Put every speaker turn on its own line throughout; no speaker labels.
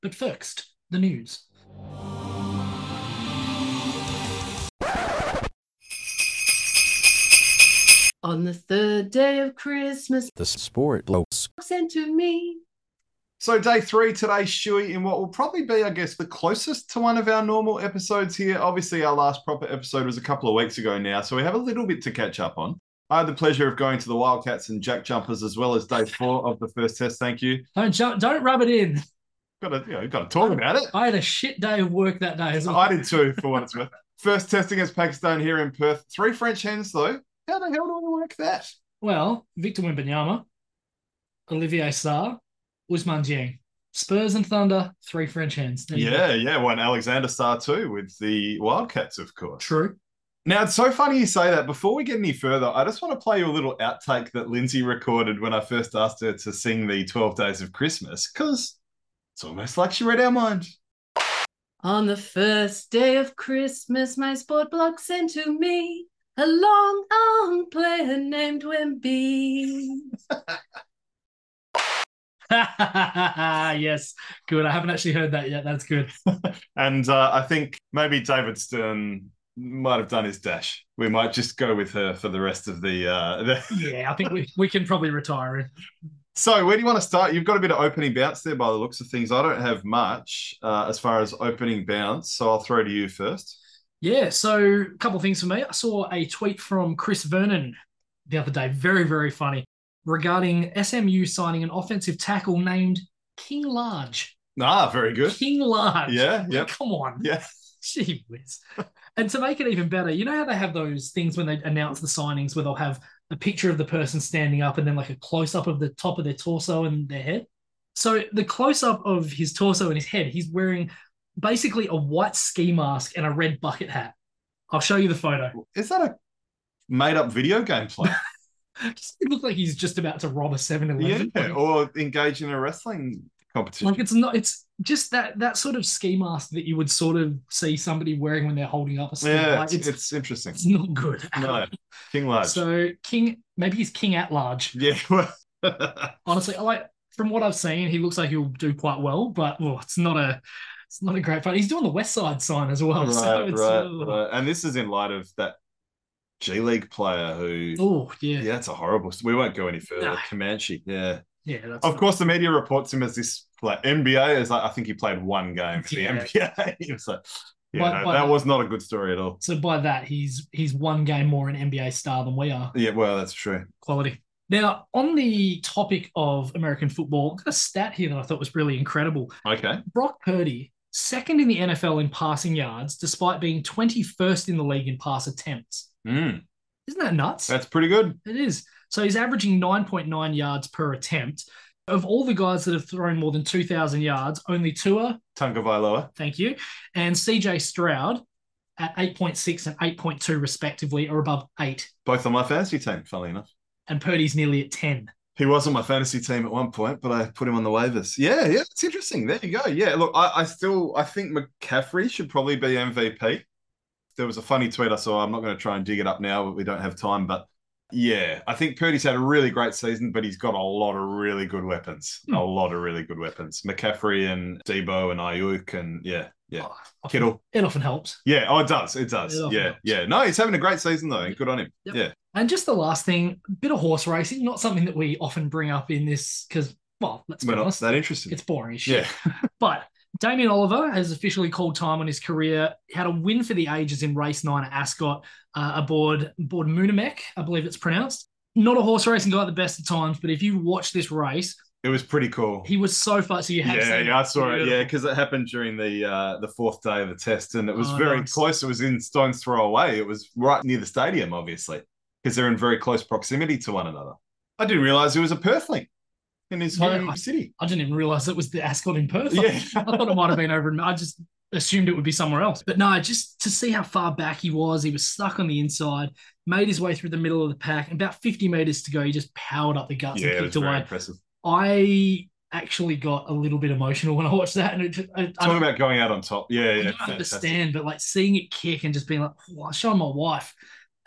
But first, the news.
On the third day of Christmas,
The sport blokes.
sent to me.
So day three today, Shuey, in what will probably be, I guess, the closest to one of our normal episodes here. Obviously, our last proper episode was a couple of weeks ago now, so we have a little bit to catch up on. I had the pleasure of going to the Wildcats and Jack Jumpers as well as day four of the first test. Thank you.
Don't ju- don't rub it in.
Got to, you know, got to talk about it.
I had a shit day of work that day as well.
I did too, for what it's worth. First test against Pakistan here in Perth. Three French hens, though. How the hell do I work that?
Well, Victor Wimbanyama, Olivier Sarr, Usman Jiang. Spurs and Thunder, three French hands. There you go.
Yeah, yeah. One Alexander Star too with the Wildcats, of course.
True.
Now it's so funny you say that. Before we get any further, I just want to play you a little outtake that Lindsay recorded when I first asked her to sing the Twelve Days of Christmas, because it's almost like she read our mind.
On the first day of Christmas, my sport blog sent to me a long arm player named Wemby.
yes, good. I haven't actually heard that yet. That's good.
And uh, I think maybe David Stern might have done his dash. We might just go with her for the rest of the. Uh, the...
Yeah, I think we, we can probably retire it.
So where do you want to start? You've got a bit of opening bounce there, by the looks of things. I don't have much uh, as far as opening bounce, so I'll throw to you first.
Yeah, so a couple of things for me. I saw a tweet from Chris Vernon the other day, very, very funny, regarding SMU signing an offensive tackle named King Large.
Ah, very good.
King Large.
Yeah, yeah.
Come on.
Yeah.
Gee whiz. and to make it even better, you know how they have those things when they announce the signings where they'll have a picture of the person standing up and then like a close up of the top of their torso and their head? So the close up of his torso and his head, he's wearing basically a white ski mask and a red bucket hat. I'll show you the photo.
Is that a made up video game play?
Just, it looks like he's just about to rob a 7
yeah, Oh,
Eleven.
or engage in a wrestling competition.
Like it's not. It's just that that sort of ski mask that you would sort of see somebody wearing when they're holding up a ski.
yeah,
Like,
it's,
it's, it's
it's, interesting.
not good. at
No,
all.
King Large.
So king, maybe he's king at large.
yeah, well,
Honestly, I like from what I've seen, he looks like he'll do quite well. But well, it's not a it's not a great fight. He's doing the West Side sign as well.
right,
so
right,
it's, uh,
right. And this is in light of that G League player who.
Oh yeah, yeah.
Yeah, it's a horrible. We won't go any further.
No.
Comanche. Yeah.
that's
Of course, the media reports him as this like NBA. Is like I think he played one game for
Yeah.
the NBA. It was like, yeah,
But-
no,
but-
that was not a good story at all.
So by that, he's he's one game more an NBA star than we are.
Yeah, well, that's true.
Quality. Now, on the topic of American football, I've got a stat here that I thought was really incredible.
Okay.
Brock Purdy, second in the NFL in passing yards, despite being 21st in the league in pass attempts.
Mm,
Isn't that nuts?
that's pretty good.
It is. So he's averaging 9.9 yards per attempt. Of all the guys that have thrown more than 2,000 yards, only Tua,
Tunga Vailoa.
thank you, and CJ Stroud at 8.6 and 8.2, respectively, are above eight.
Both on my fantasy team, funnily enough.
and Purdy's nearly at 10.
He was on my fantasy team at one point, but I put him on the waivers. Yeah, yeah, it's interesting. There you go. Yeah, look, I, I still I think McCaffrey should probably be MVP. There was a funny tweet I saw. I'm not going to try and dig it up now. We don't have time, but yeah, I think Purdy's had a really great season, but he's got a lot of really good weapons.
Hmm.
A lot of really good weapons. McCaffrey and Debo and Ayuk and yeah, yeah,
Oh, often-
Kittle.
It often helps.
Yeah, oh, it does. It does.
It often
yeah,
helps.
yeah. No, he's having a great season though. and Good on him.
Yep.
Yeah.
And just the last thing, bit of horse racing, not something that we often bring up in this because, well, let's be
We're not
honest,
that interested.
it's boring as shit.
yeah.
But Damien Oliver has officially called time on his career. He had a win for the ages in race nine at Ascot uh, aboard, aboard Moonamek, I believe it's pronounced. Not a horse racing guy at the best of times, but if you watch this race,
It was pretty cool.
he was so fast. So you have
yeah,
seen
yeah, I saw it. Yeah,
Beautiful.
because it happened during the uh, the fourth day of the test, and it was
Oh,
very
nice.
close. It was in stone's throw away. It was right near the stadium, obviously, because they're in very close proximity to one another. I didn't realize it was a Perthling in his
Yeah,
home
I-
city.
I didn't even realize it was the Ascot in Perth.
Yeah.
I thought it might have been over. in- I just assumed it would be somewhere else. But no, just to see how far back he was, he was stuck on the inside, made his way through the middle of the pack, and about 50 meters to go, he just powered up the guts
Yeah, it
and
was
kicked
very
away.
impressive.
I actually got a little bit emotional when I watched that, and it, just- I, I
Talk
don't-
about going out on top. Yeah,
I
yeah,
don't
fantastic.
understand, but like seeing it kick and just being like, oh, I showed my wife,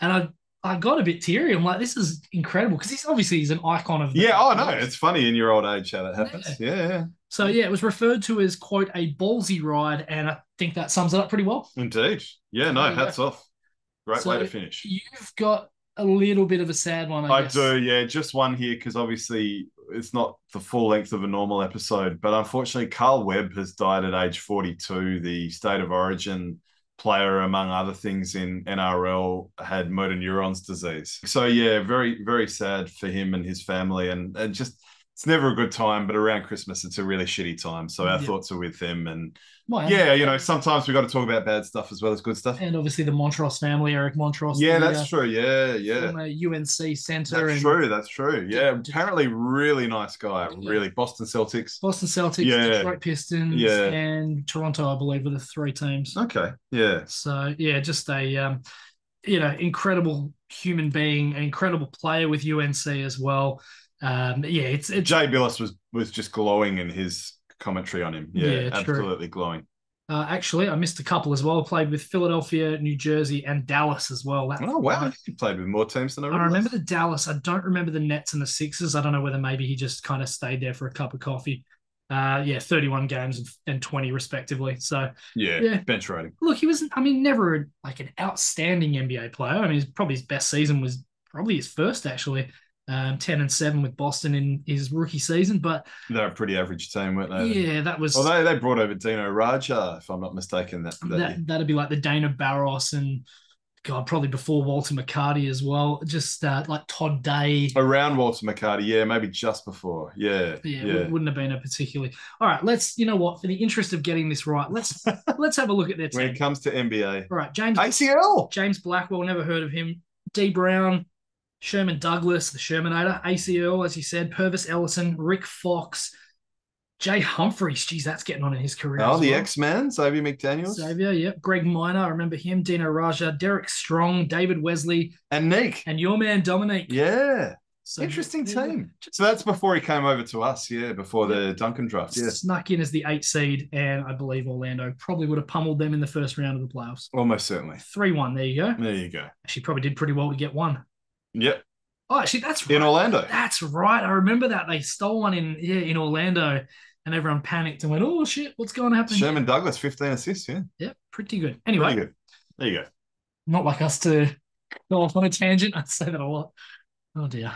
and I I got a bit teary. I'm like, this is incredible because he's obviously he's an icon of the
Yeah, oh no, it's funny in your old age how that happens. Yeah, yeah,
So yeah, it was referred to as quote a ballsy ride, and I think that sums it up pretty well.
indeed. Yeah,
There
no,
you go.
hats off. Great
So
way to finish.
You've got a little bit of a sad one, I,
I
guess.
do, yeah, just one here because obviously it's not the full length of a normal episode, but unfortunately, Carl Webb has died at age 42. The state of origin player, among other things, in NRL had motor neurons disease. So, yeah, very, very sad for him and his family. And, and just, it's never a good time, but around Christmas, it's a really shitty time. So, our
Yeah.
thoughts are with them. And
Well, and-
yeah, you know, sometimes we got to talk about bad stuff as well as good stuff.
and obviously the Montrose family, Eric Montrose.
Yeah,
the,
that's true. Yeah,
uh,
yeah.
former UNC center
That's
and
true. That's true.
D-
Yeah,
d-
apparently, really nice guy.
Yeah.
Really, Boston Celtics.
Boston Celtics,
Yeah.
Detroit Pistons,
Yeah.
and Toronto, I believe, were the three teams.
Okay. Yeah.
So yeah, just a um, you know incredible human being, an incredible player with UNC as well. Um, yeah, it's it's
Jay Billis was was just glowing in his commentary on him.
Yeah,
Yeah,
true.
absolutely glowing.
uh, actually I missed a couple as well. Played with Philadelphia, New Jersey, and Dallas as well. That-
Oh wow, he played with more teams than I,
I
realised.
remember the Dallas. I don't remember the Nets and the Sixers. I don't know whether maybe he just kind of stayed there for a cup of coffee. Uh, yeah, 31 games and, and 20 respectively. So
Yeah,
Yeah.
bench rating.
look, he was, I mean, never a- like an outstanding NBA player. I mean, his, probably his best season was probably his first actually, um, 10 and 7 with Boston in his rookie season. But
They're a pretty average team, weren't they?
yeah, that was um,
Although they brought over Dino Raja, if I'm not mistaken, that, that, year.
that, that'd be like the Dana Barros and God, probably before Walter McCarty as well. Just uh, like Todd Day.
around Walter McCarty. Yeah, maybe just before. Yeah,
yeah,
yeah,
it wou- wouldn't have been a particularly all right let's you know what for the interest of getting this right let's let's have a look at their
When
team
it comes to NBA,
all right james
ACL.
james blackwell never heard of him d brown sherman douglas the shermanator acl as you said purvis ellison rick fox jay humphreys geez that's getting on in his career
Oh,
as
the
well.
X Men, Xavier McDaniel's,
Xavier, yep. Greg Miner, I remember him. Dino Raja, Derek Strong, David Wesley,
and Nick.
and your man Dominic.
Yeah,
So-
interesting
there you go.
team. So that's before he came over to us. Yeah, before the Duncan draft. Yeah,
Snuck in as the eight seed, and I believe Orlando probably would have pummeled them in the first round of the playoffs.
almost certainly.
3 1. There you go.
There you go.
She probably did pretty well to get one.
Yep,
Oh, actually, that's right.
in Orlando.
That's right. I remember that. They stole one in yeah, in Orlando and everyone panicked and went, oh, shit, what's going to happen?
Sherman Douglas, 15 assists. Yeah,
Yep, pretty good.
pretty
Anyway,
good. There you go.
not like us to go off on a tangent. I say that a lot. Oh, dear.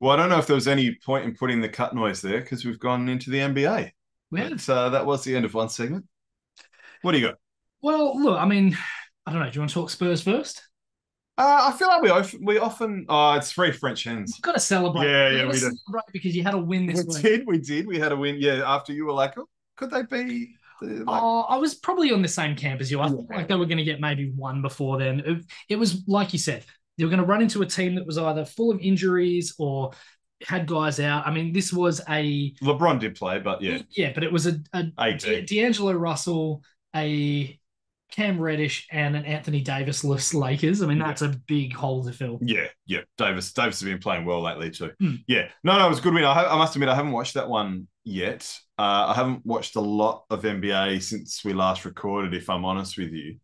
Well, I don't know if there was any point in putting the cut noise there because we've gone into the NBA.
We had-
But, uh, that was the end of one segment. What do you got?
Well, look, I mean, I don't know. Do you want to talk Spurs first?
Uh, I feel like we of- we often. Oh, it's three French hens.
We've got to celebrate.
Yeah,
We've got
yeah,
to
we do.
celebrate because you had a win
We
this week.
did. We did. We had a win. Yeah, after you were like, oh, could they be? the- Like,
Oh, I was probably on the same camp as you. I thought
Yeah.
like they were going to get maybe one before then. It, it was like you said, they were going to run into a team that was either full of injuries or had guys out. I mean, this was a
LeBron did play, but yeah,
but it was a, a
AD.
D- D'Angelo Russell, a Cam Reddish, and an Anthony Davis-less Lakers. I mean,
Yeah.
that's a big hole to fill.
Yeah, yeah. Davis Davis has been playing well lately too.
Hmm.
Yeah. No, no, it was a good win. I, ha- I must admit, I haven't watched that one yet. Uh, I haven't watched a lot of NBA since we last recorded, if I'm honest with you.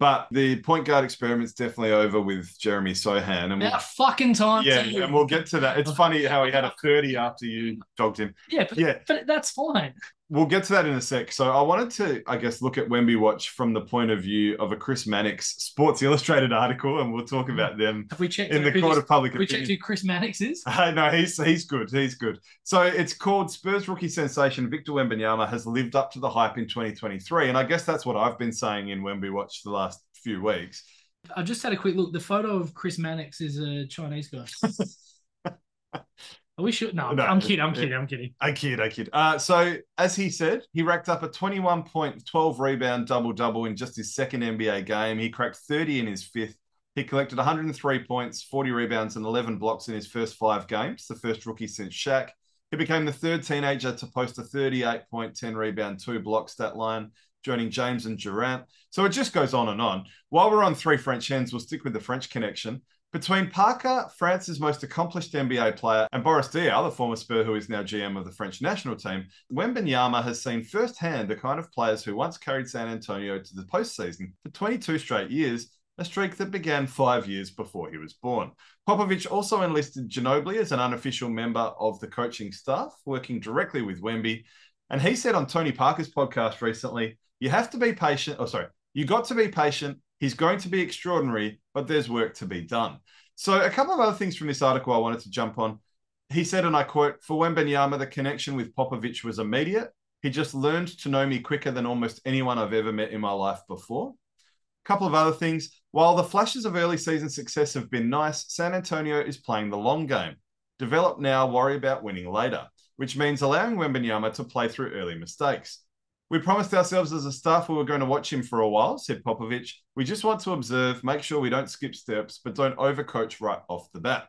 But the point guard experiment's definitely over with Jeremy Sohan. And we'll,
About fucking time.
yeah,
too. Oh.
and we'll get to that. It's funny how he had a 30 after you dogged him.
yeah, but,
Yeah.
but that's fine.
We'll get to that in a sec. So I wanted to, I guess, look at Wemby Watch from the point of view of a Chris Mannix Sports Illustrated article, and we'll talk about them
Have Hmm. we checked?
in the
who
court
this-
of public
have we checked
opinion.
who Chris Mannix is?
Uh, no, he's he's good. He's good. So it's called Spurs rookie sensation Victor Wembanyama has lived up to the hype in 2023, and I guess that's what I've been saying in Wemby Watch the last few weeks.
I've just had a quick look. The photo of Chris Mannix is a Chinese guy. Are we sure? No, I'm-
No.
I'm kidding. I'm kidding. I'm kidding.
I kid, I kid. Uh, so as he said, he racked up a 21 point, 12 rebound double double in just his second NBA game. He cracked 30 in his fifth. He collected 103 points, 40 rebounds, and 11 blocks in his first five games. The first rookie since Shaq. He became the third teenager to post a 38 point, 10 rebound, two block stat line, joining James and Durant. So it just goes on and on. While we're on three French hens, we'll stick with the French connection. Between Parker, France's most accomplished NBA player, and Boris Diaw, the former Spur who is now GM of the French national team, Wembenyama has seen firsthand the kind of players who once carried San Antonio to the postseason for 22 straight years, a streak that began five years before he was born. Popovich also enlisted Ginobili as an unofficial member of the coaching staff, working directly with Wemby. And he said on Tony Parker's podcast recently, you have to be patient. Oh, sorry, you got to be patient. He's going to be extraordinary, but there's work to be done. So, a couple of other things from this article I wanted to jump on. He said, and I quote, for Wembenyama, the connection with Popovich was immediate. He just learned to know me quicker than almost anyone I've ever met in my life before. A couple of other things. While the flashes of early season success have been nice, San Antonio is playing the long game. Develop now, worry about winning later, which means allowing Wembenyama to play through early mistakes. We promised ourselves as a staff we were going to watch him for a while, said Popovich. We just want to observe, make sure we don't skip steps, but don't overcoach right off the bat.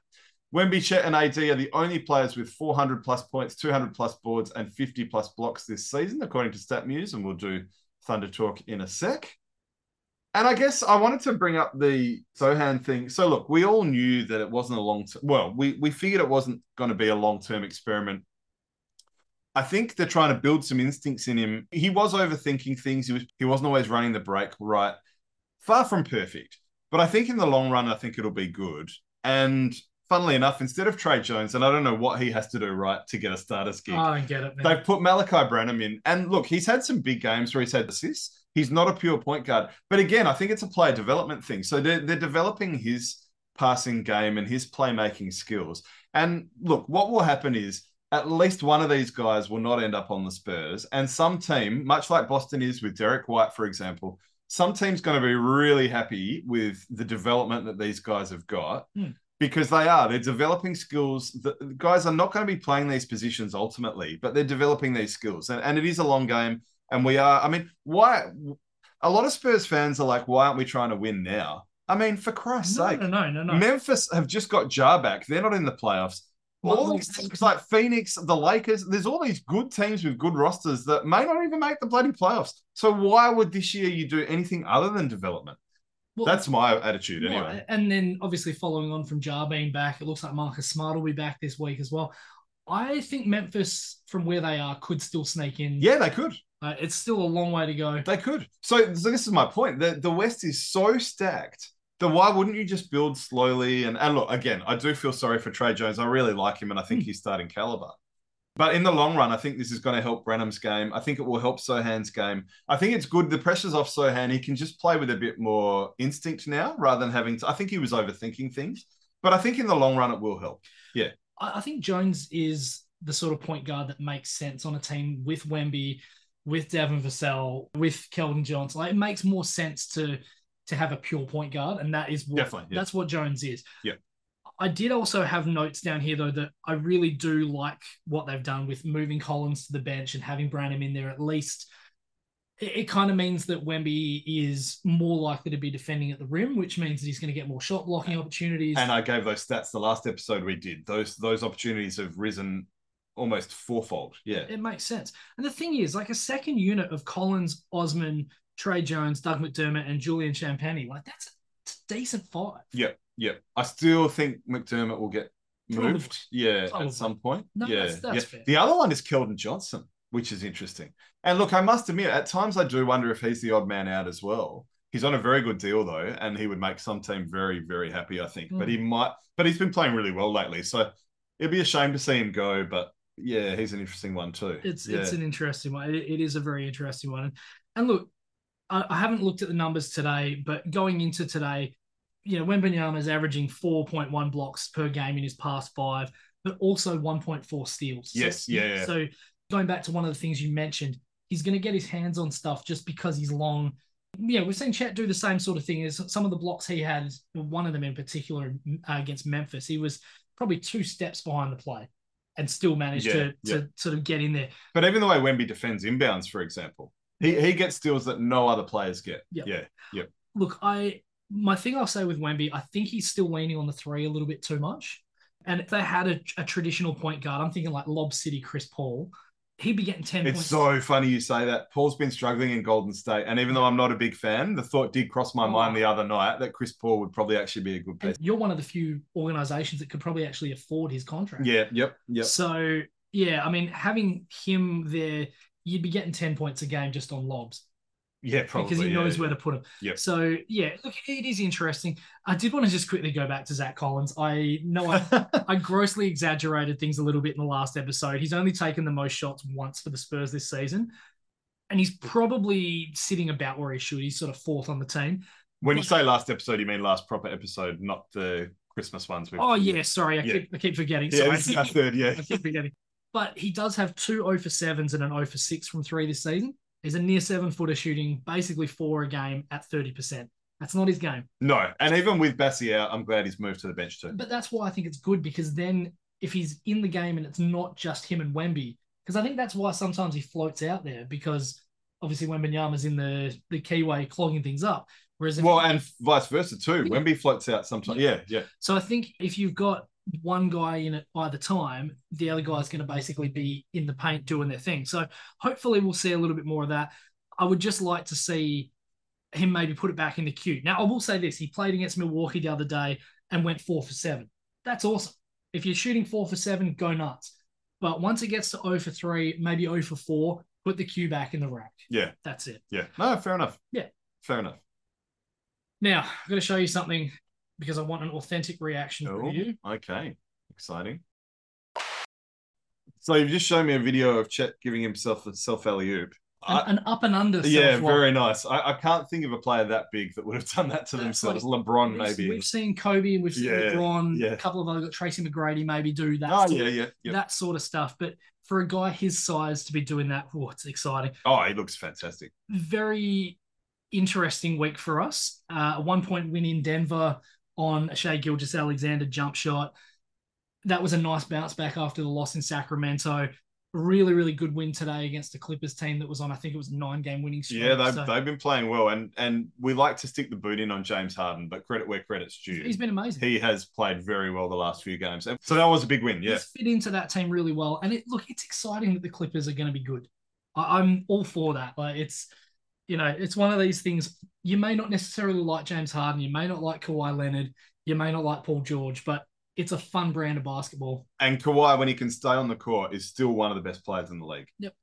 Wemby, Chet, and AD are the only players with 400 plus points, 200 plus boards, and 50 plus blocks this season, according to StatMuse. And we'll do Thunder Talk in a sec. And I guess I wanted to bring up the Sohan thing. So look, we all knew that it wasn't a long term. Well, we we figured it wasn't going to be a long term experiment. I think they're trying to build some instincts in him. He was overthinking things. He was he wasn't always running the break right. Far from perfect, but I think in the long run, I think it'll be good. And funnily enough, instead of Trey Jones, and I don't know what he has to do right to get a starter's gig.
I don't get it, man.
They've put Malachi Branham in. And look, he's had some big games where he's had assists. He's not a pure point guard. But again, I think it's a player development thing. So they're, they're developing his passing game and his playmaking skills. And look, what will happen is at least one of these guys will not end up on the Spurs. And some team, much like Boston is with Derek White, for example, some team's going to be really happy with the development that these guys have got.
Hmm
because they are they're developing skills the guys are not going to be playing these positions ultimately but they're developing these skills and, and it is a long game and we are i mean why a lot of spurs fans are like why aren't we trying to win now i mean for christ's
No,
sake
no, no, no, no.
memphis have just got jar back they're not in the playoffs
Well,
all
well,
these teams like Phoenix, the Lakers, there's all these good teams with good rosters that may not even make the bloody playoffs. So why would this year you do anything other than development?
Well,
That's my attitude
well,
anyway.
And then obviously following on from Jar being back, it looks like Marcus Smart will be back this week as well. I think Memphis, from where they are, could still sneak in.
Yeah, they could.
Uh, it's still a long way to go.
They could. So, so this is my point. The the West is so stacked. Then why wouldn't you just build slowly? And and look, again, I do feel sorry for Trey Jones. I really like him, and I think he's starting caliber. But in the long run, I think this is going to help Branham's game. I think it will help Sohan's game. I think it's good. The pressure's off Sohan. He can just play with a bit more instinct now, rather than having. To, I think he was overthinking things, but I think in the long run, it will help.
I, I think Jones is the sort of point guard that makes sense on a team with Wemby, with Devin Vassell, with Keldon Johnson. Like, it makes more sense to to have a pure point guard, and that is what
Definitely, yeah.
that's what Jones is.
Yeah.
I did also have notes down here though that I really do like what they've done with moving Collins to the bench and having Branham in there at least. It, it kind of means that Wemby is more likely to be defending at the rim, which means that he's going to get more shot blocking opportunities.
And I gave those stats the last episode we did. Those those opportunities have risen almost fourfold. Yeah.
it makes sense. And the thing is, like a second unit of Collins, Osman, Trey Jones, Doug McDermott, and Julian Champagne, like that's a, it's a decent five.
Yeah, I still think McDermott will get
Probably.
moved. Yeah,
Probably.
at some point.
No,
yeah,
that's- that's
yeah.
fair.
The other one is Keldon Johnson, which is interesting. And look, I must admit, at times I do wonder if he's the odd man out as well. He's on a very good deal though, and he would make some team very, very happy, I think. But he
Mm.
might. But he's been playing really well lately, so it'd be a shame to see him go. But yeah, he's an interesting one too.
It's
yeah.
it's an interesting one. It, it is a very interesting one. And, and look, I, I haven't looked at the numbers today, but going into today, you know, Wembenyama is averaging four point one blocks per game in his past five, but also one point four steals. So-
Yes, yeah, yeah.
So going back to one of the things you mentioned, he's going to get his hands on stuff just because he's long. Yeah, we've seen Chet do the same sort of thing. As some of the blocks he had, one of them in particular uh, against Memphis, he was probably two steps behind the play, and still managed
Yeah,
to,
yeah.
to sort of get in there.
but even the way Wemby defends inbounds, for example, he he gets steals that no other players get.
Yep.
Yeah,
look, I my thing I'll say with Wemby, I think he's still leaning on the three a little bit too much. And if they had a, a traditional point guard, I'm thinking like Lob City Chris Paul, he'd be getting ten
It's
points.
so funny you say that. Paul's been struggling in Golden State, and even though I'm not a big fan, the thought did cross my
Oh.
mind the other night that Chris Paul would probably actually be a good
And
piece.
you're one of the few organizations that could probably actually afford his contract.
Yeah, yep, yep.
So yeah, I mean, having him there, you'd be getting ten points a game just on lobs.
Yeah, probably.
because he
yeah,
knows
yeah.
where to put him.
Yep.
So yeah, look, it is interesting. I did want to just quickly go back to Zach Collins. I know I, I grossly exaggerated things a little bit in the last episode. He's only taken the most shots once for the Spurs this season, and he's probably sitting about where he should. He's sort of fourth on the team.
when you say last episode, you mean last proper episode, not the Christmas ones. we've-
Oh yeah, sorry, I
Yeah.
keep I keep forgetting.
Yeah,
Sorry.
this is our third, yeah.
I keep forgetting. But he does have two 0 for sevens and an 0 for six from three this season. He's a near seven footer shooting basically four a game at 30%. That's not his game.
No, and even with Bassi out, I'm glad he's moved to the bench too.
But that's why I think it's good because then if he's in the game and it's not just him and Wemby, because I think that's why sometimes he floats out there because obviously Wembanyama's in the, the keyway clogging things up. Whereas if
Well, and vice versa
Yeah.
too. Wemby floats out sometimes. Yeah, yeah.
So I think if you've got one guy in at either time, the other guy's going to basically be in the paint doing their thing. So hopefully we'll see a little bit more of that. I would just like to see him maybe put it back in the queue. Now I will say this: he played against Milwaukee the other day and went four for seven. That's awesome. If you're shooting four for seven, go nuts. But once it gets to 0 for three, maybe 0 for four, put the queue back in the rack.
Yeah.
That's it.
Yeah. No, fair enough.
Yeah.
Fair enough.
Now I'm going to show you something because I want an authentic reaction
Oh,
from you.
okay. Exciting. So you've just shown me a video of Chet giving himself a self alley oop.
An, an up and under.
Yeah,
self-love.
very nice. I, I can't think of a player that big that would have done that to
That's
themselves. LeBron,
We've-
maybe.
We've seen Kobe, we've seen
Yeah,
LeBron,
yeah.
a couple of other got Tracy McGrady maybe do that,
Oh,
sort,
yeah, yeah, yeah.
that sort of stuff. But for a guy his size to be doing that, whoa, it's exciting.
Oh, he looks fantastic.
Very interesting week for us. Uh, a one point win in Denver on a Shea Gilgis Alexander jump shot. That was a nice bounce back after the loss in Sacramento. Really, really good win today against the Clippers team that was on, I think it was a nine game winning streak.
Yeah, they've,
So
they've been playing well, and and we like to stick the boot in on James Harden, but credit where credit's due.
he's been amazing.
he has played very well the last few games, And so that was a big win. Yeah,
He's fit into that team really well. And it look, it's exciting that the Clippers are going to be good. I, I'm all for that. Like it's, you know, it's one of these things. You may not necessarily like James Harden. You may not like Kawhi Leonard. You may not like Paul George, but it's a fun brand of basketball.
and Kawhi, when he can stay on the court, is still one of the best players in the league.
Yep.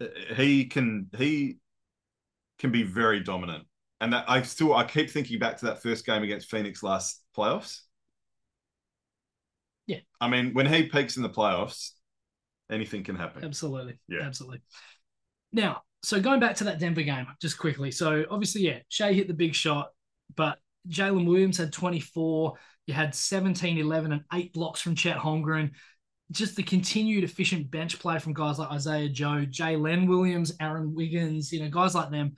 Uh, he can he can be very dominant, and that I still I keep thinking back to that first game against Phoenix last playoffs.
Yeah.
I mean, when he peaks in the playoffs, anything can happen.
Absolutely.
Yeah.
Absolutely. Now, so going back to that Denver game, just quickly. So obviously, yeah, Shea hit the big shot, but Jalen Williams had 24. You had 17, 11, and eight blocks from Chet Holmgren. Just the continued efficient bench play from guys like Isaiah Joe, Jalen Williams, Aaron Wiggins, you know, guys like them.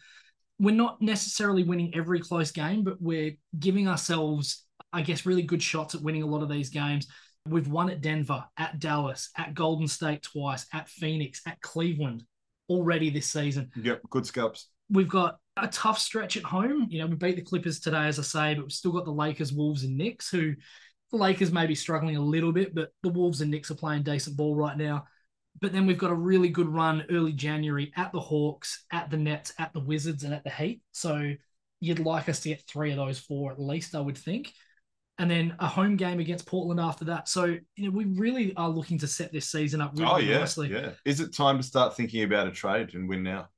We're not necessarily winning every close game, but we're giving ourselves, I guess, really good shots at winning a lot of these games. We've won at Denver, at Dallas, at Golden State twice, at Phoenix, at Cleveland already this season.
Yep, good scalps.
We've got a tough stretch at home. You know, we beat the Clippers today, as I say, but we've still got the Lakers, Wolves, and Knicks, who the Lakers may be struggling a little bit, but the Wolves and Knicks are playing decent ball right now. But then we've got a really good run early January at the Hawks, at the Nets, at the Wizards, and at the Heat. So you'd like us to get three of those four at least, I would think. And then a home game against Portland after that. So, you know, we really are looking to set this season up really
oh yeah,
nicely.
yeah. Is it time to start thinking about a trade and win now?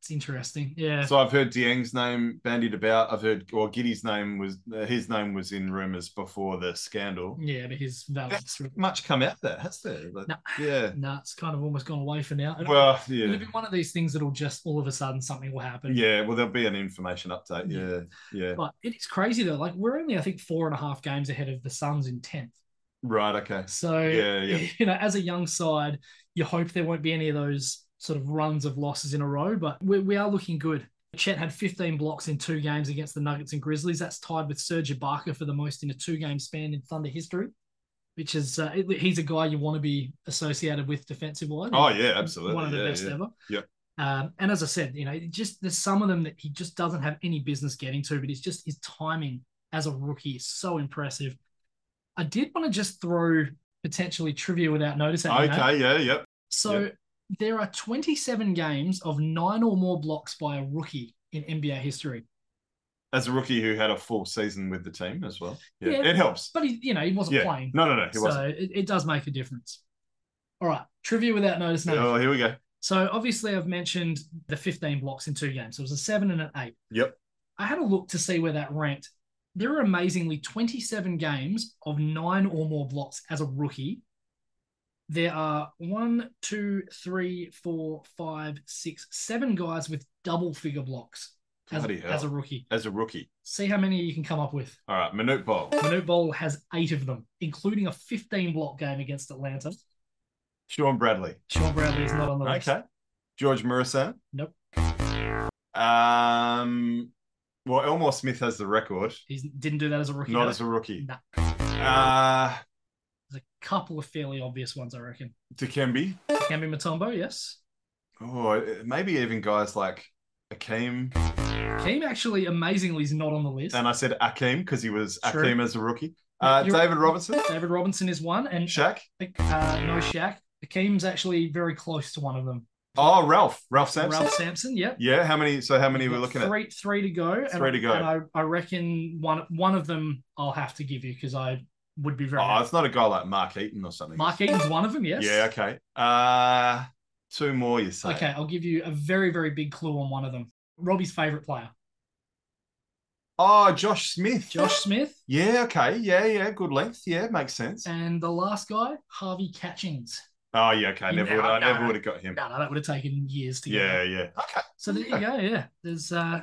It's interesting. Yeah.
So I've heard Dieng's name bandied about. I've heard, or Giddy's name was uh, his name was in rumors before the scandal.
yeah, but his
That's
valence.
much come out there, has there? Like,
No.
Yeah.
Nah, it's kind of almost gone away for now. It'll,
Well,
it'll
yeah,
be one of these things that'll just all of a sudden something will happen.
yeah. Well, there'll be an information update. Yeah, yeah.
But it is crazy though. Like we're only, I think, four and a half games ahead of the Suns in tenth.
Right. Okay.
So
Yeah, yeah.
you know, as a young side, you hope there won't be any of those sort of runs of losses in a row. But we, we are looking good. Chet had 15 blocks in two games against the Nuggets and Grizzlies. That's tied with Serge Ibaka for the most in a two-game span in Thunder history, which is uh, it- he's a guy you want to be associated with defensive wise.
Oh yeah, absolutely.
One of the
yeah,
best
yeah.
ever.
Yep.
Um, and as I said, you know, just there's some of them that he just doesn't have any business getting to, but it's just his timing as a rookie is so impressive. I did want to just throw potentially trivia without notice at you, Nat.
Okay. Yeah. Yep.
So there are 27 games of nine or more blocks by a rookie in NBA history.
As a rookie who had a full season with the team as well. Yeah.
Yeah.
It helps.
But he, you know, he wasn't
Yeah.
playing.
No, no, no. He
so
wasn't.
it, it does make a difference. All right. Trivia without notice, Nat.
Oh, here we go.
So obviously, I've mentioned the 15 blocks in two games. So it was a seven and an eight.
Yep.
I had a look to see where that ranked. There are amazingly 27 games of nine or more blocks as a rookie. There are one, two, three, four, five, six, seven guys with double figure blocks as,
Bloody hell.
as a rookie.
As a rookie.
See how many you can come up with.
All right, Manute Bol.
Manute Bol has eight of them, including a 15 block game against Atlanta.
Sean Bradley.
Sean Bradley is not on the list.
Okay. George Murison.
Nope.
Um. Well, Elmore Smith has the record.
He didn't do that as a rookie.
Not
no.
as a rookie.
Nah.
Uh,
There's a couple of fairly obvious ones, I reckon.
Dikembe.
Camby Matombo, yes.
Oh, maybe even guys like Akeem.
Keem actually amazingly is not on the list.
And I said Akeem because he was
True.
Akeem as a rookie. Uh,
You're-
David Robinson.
David Robinson is one, and
Shaq.
uh, no Shaq. Akeem's actually very close to one of them.
Oh, Ralph. Ralph Sampson.
Ralph Sampson, yep.
Yeah. How many? So how many we're
We've got
looking at?
three, Three to go. and-
Three to go.
And I, I reckon one one of them I'll have to give you because I would be very.
Oh, it's not a guy like Mark Eaton or something.
Mark Eaton's one of them, yes.
Yeah. Okay. Uh, two more. You say?
Okay, I'll give you a very, very big clue on one of them. Robbie's favorite player,
Oh, Josh Smith.
Josh Smith,
Yeah. Okay. Yeah. Yeah. Good length. Yeah. Makes sense.
and the last guy, Harvey Catchings.
Oh, yeah. Okay.
You
Never
know,
would. I
no.
never would have got him.
No, no, that would have taken years to get.
Yeah.
there.
Yeah. Okay.
So there you go. Yeah, there's uh,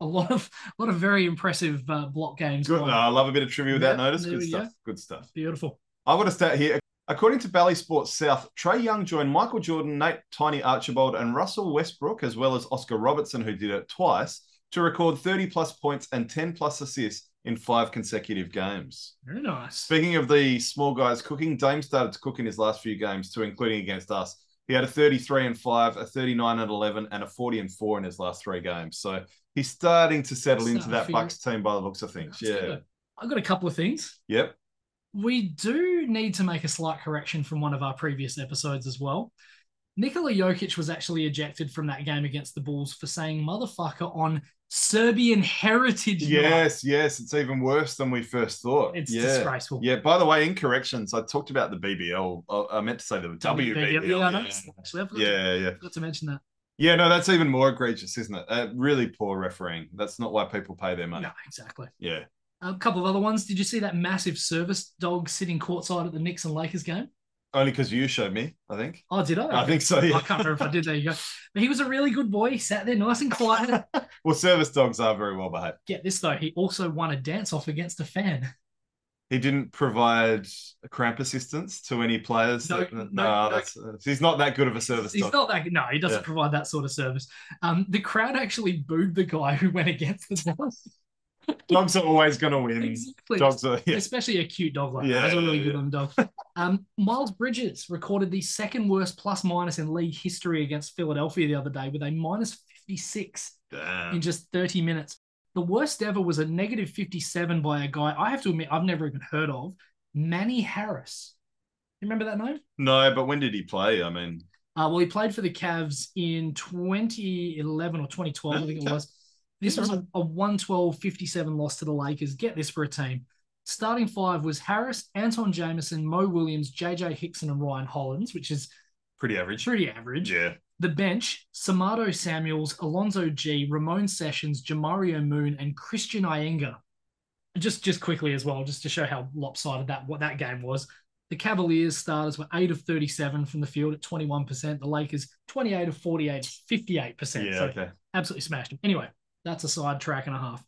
a lot of a lot of very impressive uh, block games.
Good.
going
No,
on.
I love a bit of trivia without
Yeah,
notice.
there
Good
we go.
stuff. Good stuff.
Beautiful.
I've got a stat here. According to Bally Sports South, Trey Young joined Michael Jordan, Nate Tiny Archibald, and Russell Westbrook, as well as Oscar Robertson, who did it twice, to record 30 plus points and 10 plus assists in five consecutive games.
Very nice.
Speaking of the small guys cooking, Dame started to cook in his last few games, too, including against us. He had a 33 and 5, a 39 and 11, and a 40 and 4 in his last three games. So he's starting to settle
Starting
into
to
that
figure-
Bucks team by the looks of things.
That's
yeah.
good. I've got a couple of things.
Yep.
We do need to make a slight correction from one of our previous episodes as well. Nikola Jokic was actually ejected from that game against the Bulls for saying motherfucker on Serbian Heritage Night.
Yes, yes. It's even worse than we first thought.
It's
yeah.
disgraceful.
Yeah, by the way, in corrections, I talked about the BBL. Oh, I, I meant to say the
WBBL.
WBBL.
Yeah, I know.
yeah.
Actually, I forgot, to,
yeah, yeah.
forgot to mention that.
Yeah, no, that's even more egregious, isn't it? Uh, really poor refereeing. That's not why people pay their money.
No, exactly.
Yeah.
A couple of other ones. Did you see that massive service dog sitting courtside at the Knicks and Lakers game?
Only because you showed me, I think.
Oh, did I?
I think so,
I
yeah.
can't remember if I did. There you go. But he was a really good boy. He sat there nice and quiet.
Well, service dogs are very well behaved.
Get this, though. He also won a dance off against a fan.
He didn't provide cramp assistance to any players.
No,
that-
no, no.
that's, uh, he's not that good of a service
He's
dog.
not that no, he doesn't
Yeah.
provide that sort of service. Um, the crowd actually booed the guy who went against the dog.
Dogs are always going to win.
exactly.
Dogs are, yeah.
Especially a cute dog like
Yeah,
that. That's a really
yeah,
good
yeah.
on dog. Um, Miles Bridges recorded the second worst plus minus in league history against Philadelphia the other day with a minus 56 in
Damn.
just 30 minutes. The worst ever was a negative 57 by a guy I have to admit I've never even heard of, Manny Harris. You remember that name?
No, but when did he play? I mean,
Uh, well, he played for the Cavs in 2011 or 2012, I think it
Okay.
was. This was a, a 112 57 loss to the Lakers. Get this for a team. Starting five was Harris, Anton Jameson, Mo Williams, JJ Hickson, and Ryan Hollins, which is
pretty average.
pretty average.
Yeah.
The bench, Samado Samuels, Alonzo G, Ramon Sessions, Jamario Moon, and Christian Ienga. Just just quickly as well, just to show how lopsided that what that game was. The Cavaliers starters were 8 of 37 from the field at 21%. The Lakers 28 of 48, 58%.
Yeah.
so
okay.
absolutely smashed them. Anyway, that's a side track and a half.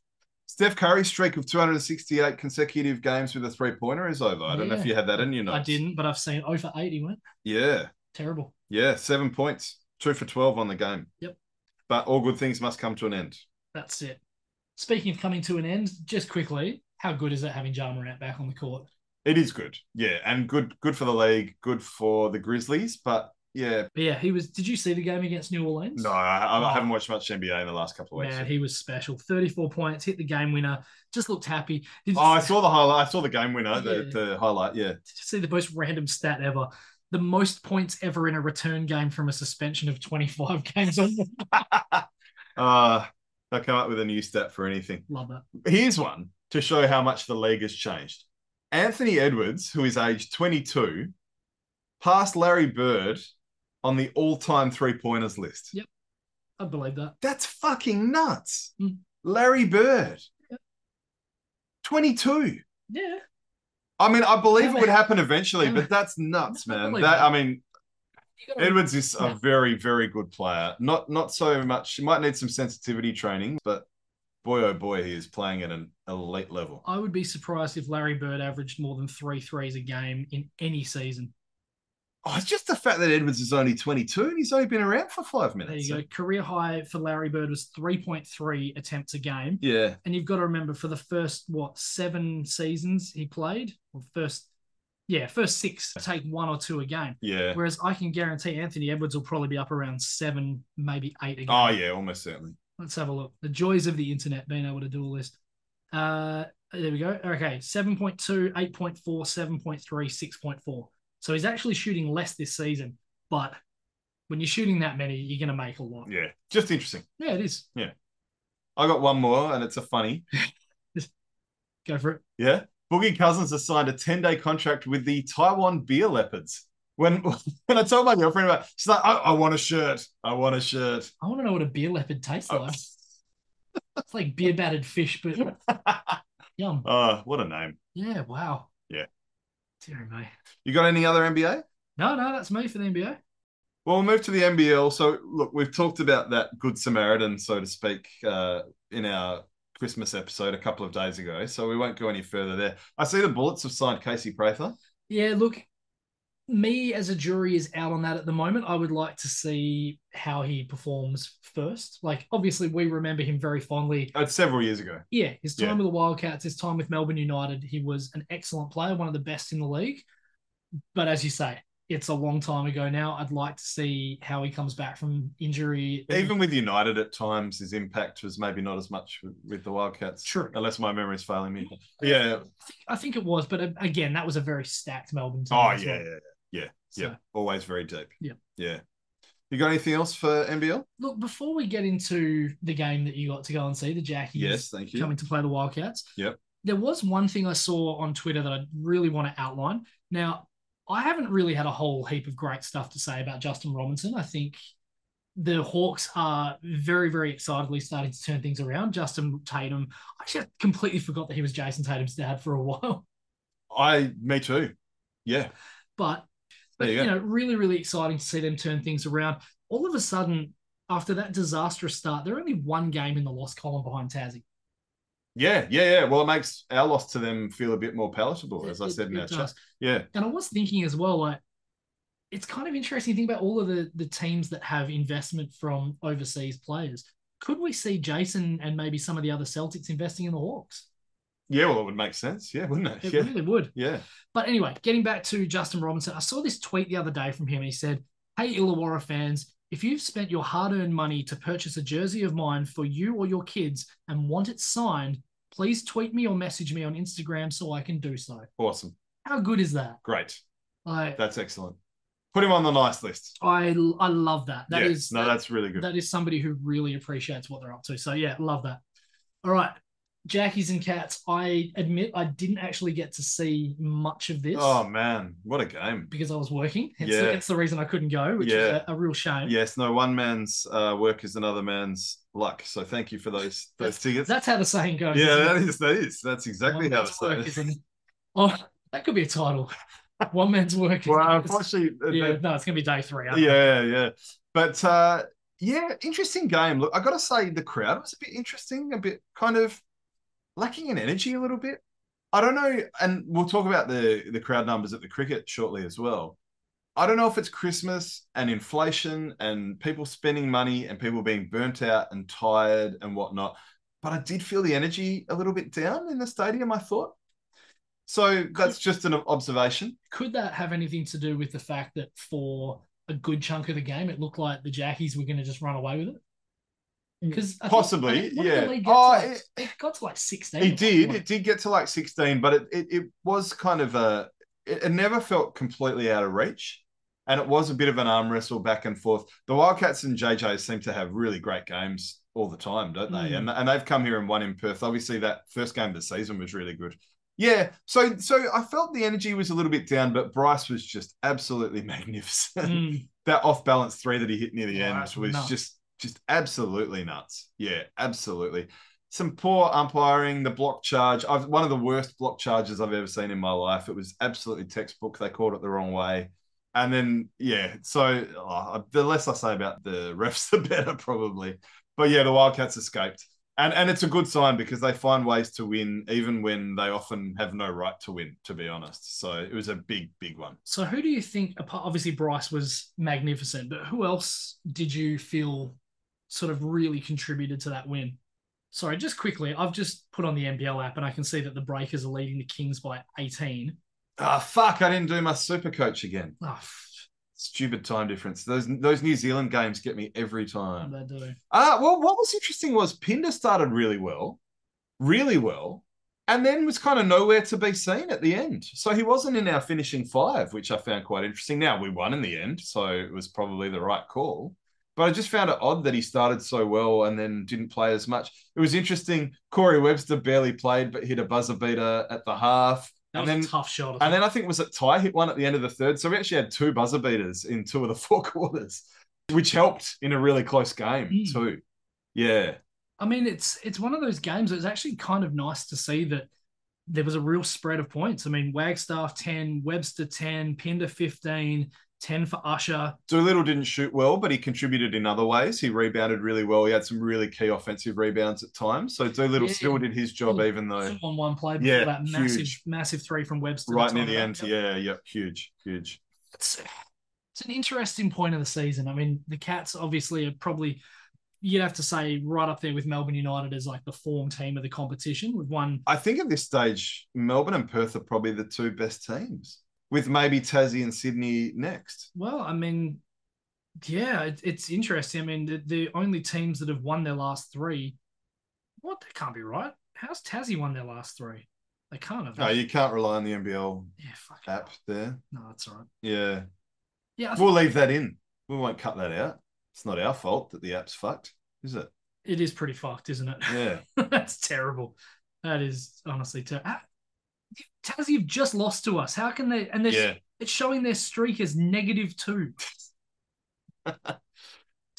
Steph Curry's streak of 268 consecutive games with a three pointer is over. I don't know if
Yeah.
you had that in your notes.
I didn't, but I've seen over 80 went.
Yeah.
Terrible.
Yeah. Seven points. Two for 12 on the game.
Yep.
But all good things must come to an end.
That's it. Speaking of coming to an end, just quickly, how good is it having Ja Morant back on the court?
It is good. Yeah. And good good for the league, good for the Grizzlies. But yeah,
But yeah, he was. Did you see the game against New Orleans?
no, I, I
Oh.
haven't watched much NBA in the last couple of weeks.
Man, he was special. 34 points, hit the game winner, just looked happy. Did,
Oh, I saw the highlight. I saw the game winner, the,
Yeah.
the highlight. Yeah.
did you see the most random stat ever? The most points ever in a return game from a suspension of 25 games. I
Uh, they'll come up with a new stat for anything.
love that.
Here's one to show how much the league has changed. Anthony Edwards, who is aged 22, passed Larry Bird on the all-time three-pointers list.
Yep. I believe that.
That's fucking nuts.
Mm.
Larry Bird,
Yep.
22.
Yeah.
I mean, I believe
How
it would
the-
happen eventually,
how
but that's nuts,
No, I
man.
believe
That
that.
I mean,
You gotta-
Edwards is a
Yeah.
very, very good player. Not not so much. He might need some sensitivity training, but boy, oh boy, he is playing at an elite level.
I would be surprised if Larry Bird averaged more than three threes a game in any season.
Oh, it's just the fact that Edwards is only 22 and he's only been around for five
There
minutes.
you go. Career high for Larry Bird was 3.3 attempts a game.
Yeah,
And you've got to remember for the first, what, seven seasons he played, or first, yeah, first six, take one or two a game.
yeah.
Whereas I can guarantee Anthony Edwards will probably be up around seven, maybe eight a game.
Oh, yeah, almost certainly.
Let's have a look. The joys of the internet being able to do all this. Uh, there we go. Okay, 7.2, 8.4, 7.3, 6.4. So he's actually shooting less this season, but when you're shooting that many, you're going to make a lot.
Yeah, just interesting.
Yeah, it is.
I got one more, and it's a funny.
Go for it.
Yeah. Boogie Cousins has signed a 10 day contract with the Taiwan Beer Leopards. When when I told my girlfriend about she's like, I, I want a shirt. I want a shirt.
I want to know what a beer leopard tastes
Oh.
like. It's like beer battered fish, but yum.
Oh, what a name.
Yeah, wow.
Yeah.
Dear me.
You got any other NBA?
No, no, that's me for the NBA.
Well, we'll move to the NBL. So, look, we've talked about that Good Samaritan, so to speak, uh, in our Christmas episode a couple of days ago. So, we won't go any further there. I see the Bullets have signed Casey Prather.
Yeah, look, me as a jury is out on that at the moment. I would like to see how he performs first. Like, obviously, we remember him very fondly.
It's Uh, several years ago.
Yeah, his time
Yeah.
with the Wildcats, his time with Melbourne United, he was an excellent player, one of the best in the league. But as you say, it's a long time ago now. I'd like to see how he comes back from injury.
Even with United at times, his impact was maybe not as much with, with the Wildcats.
True.
Unless my memory is failing me. Yeah.
I think, I think it was, but uh, again, that was a very stacked Melbourne team.
Oh
as
yeah,
well.
yeah, yeah,
So,
yeah. Always very deep.
Yeah.
yeah. You got anything else for NBL?
Look, before we get into the game that you got to go and see, the Jackies
Yes, thank you.
coming to play the Wildcats.
Yep.
There was one thing I saw on Twitter that I really want to outline. Now, I haven't really had a whole heap of great stuff to say about Justin Robinson. I think the Hawks are very, very excitedly starting to turn things around. Justin Tatum, I actually completely forgot that he was Jason Tatum's dad for a while.
I, me too. Yeah,
But but
There you
you,
go.
know, really, really exciting to see them turn things around. All of a sudden, after that disastrous start, they're only one game in the loss column behind Tassie.
yeah, yeah, yeah. Well, it makes our loss to them feel a bit more palatable, as I
It-
said in
it
our chat.
does.
Yeah,
And I was thinking as well, like it's kind of interesting to think about all of the the teams that have investment from overseas players. Could we see Jason and maybe some of the other Celtics investing in the Hawks?
yeah. Well, it would make sense. Yeah, wouldn't
It
it? Yeah,
really would.
yeah.
But anyway, getting back to Justin Robinson, I saw this tweet the other day from him. He said, Hey, Illawarra fans, if you've spent your hard earned money to purchase a jersey of mine for you or your kids and want it signed, please tweet me or message me on Instagram so I can do so.
Awesome.
How good is that?
Great.
Like,
That's excellent. Put him on the nice list.
I, I love that. That
yeah.
is
no, that's really good.
that is somebody who really appreciates what they're up to. So yeah, love that. All right. Jackies and cats. I admit I didn't actually get to see much of this.
Oh man, what a game.
because I was working. It's,
Yeah.
it's the reason I couldn't go, which is
Yeah.
a, a real shame.
Yes, no, one man's uh, work is another man's luck. So thank you for those those tickets.
That's how the saying goes. isn't
yeah,
it?
that is that is that's exactly
One
how
man's
it's
work is an- Oh, that could be a title. One man's work. is-
Well, unfortunately, uh,
yeah,
they-
no, it's gonna be day three. I know.
yeah, yeah. But uh, yeah, interesting game. Look, I got to say, the crowd was a bit interesting, a bit kind of lacking in energy a little bit. I don't know, and we'll talk about the the crowd numbers at the cricket shortly as well. I don't know if it's Christmas and inflation and people spending money and people being burnt out and tired and whatnot, but I did feel the energy a little bit down in the stadium. I thought. So that's just an observation.
Could that have anything to do with the fact that for a good chunk of the game, it looked like the Jackies were gonna just run away with it? Because
Mm, Possibly, yeah.
It
Oh,
got, to like,
it-
it got to like sixteen.
It
at one
did.
point.
It did get to like 16, but it it, it was kind of a it, it never felt completely out of reach. And it was a bit of an arm wrestle back and forth. The Wildcats and JJ seem to have really great games all the time, don't they?
Mm.
And and they've come here and won in Perth. Obviously, that first game of the season was really good. Yeah, so so I felt the energy was a little bit down, but Bryce was just absolutely magnificent.
Mm.
that off balance three that he hit near the
Yeah,
end
that's
was
nuts.
just just absolutely nuts. Yeah, absolutely. Some poor umpiring, the block charge. I've one of the worst block charges I've ever seen in my life. It was absolutely textbook. They called it the wrong way. And then yeah, so oh, the less I say about the refs, the better probably. But yeah, the Wildcats escaped. And and it's a good sign because they find ways to win even when they often have no right to win, to be honest. So it was a big, big one.
So, who do you think? apart- Obviously, Bryce was magnificent, but who else did you feel sort of really contributed to that win? Sorry, just quickly, I've just put on the NBL app and I can see that the Breakers are leading the Kings by 18.
Ah, fuck, I didn't do my super coach again.
Oh, f-
Stupid time difference. Those those New Zealand games get me every time.
they do.
Ah, well, what was interesting was Pinder started really well, really well, and then was kind of nowhere to be seen at the end. So he wasn't in our finishing five, which I found quite interesting. Now we won in the end, so it was probably the right call. But I just found it odd that he started so well and then didn't play as much. It was interesting. Corey Webster barely played, but hit a buzzer beater at the half.
That
And
was
then-
a tough shot.
And then I think was it Ty hit one at the end of the third. So we actually had two buzzer beaters in two of the four quarters, which helped in a really close game
Mm.
too. Yeah.
I mean, it's it's one of those games. It's actually kind of nice to see that there was a real spread of points. I mean, Wagstaff 10, Webster 10, Pinder 15, 10 for Usher.
Doolittle didn't shoot well, but he contributed in other ways. He rebounded really well. He had some really key offensive rebounds at times. So Doolittle
Yeah.
still did his job,
Ooh.
even though
on one play before
Yeah,
that massive,
huge.
massive three from Webster.
right near the end.
Yep.
Yeah. Yep. Huge. Huge.
It's, it's an interesting point of the season. I mean, the Cats obviously are probably, you'd have to say, right up there with Melbourne United as like the form team of the competition with one.
I think at this stage, Melbourne and Perth are probably the two best teams, with maybe Tassie and Sydney next.
Well, I mean, yeah, it, it's interesting. I mean, the, the only teams that have won their last three, what? That can't be right. How's Tassie won their last three? They can't have.
No, you can't rely on the NBL
yeah, fuck. it.
app there.
No, that's all right.
Yeah.
Yeah, I think
We'll leave that in. We won't cut that out. It's not our fault that the app's fucked, is it?
it is pretty fucked, isn't it?
Yeah.
That's terrible. That is honestly terrible. Tassie, you've just lost to us. How can they? And they're,
yeah.
it's showing their streak as negative two.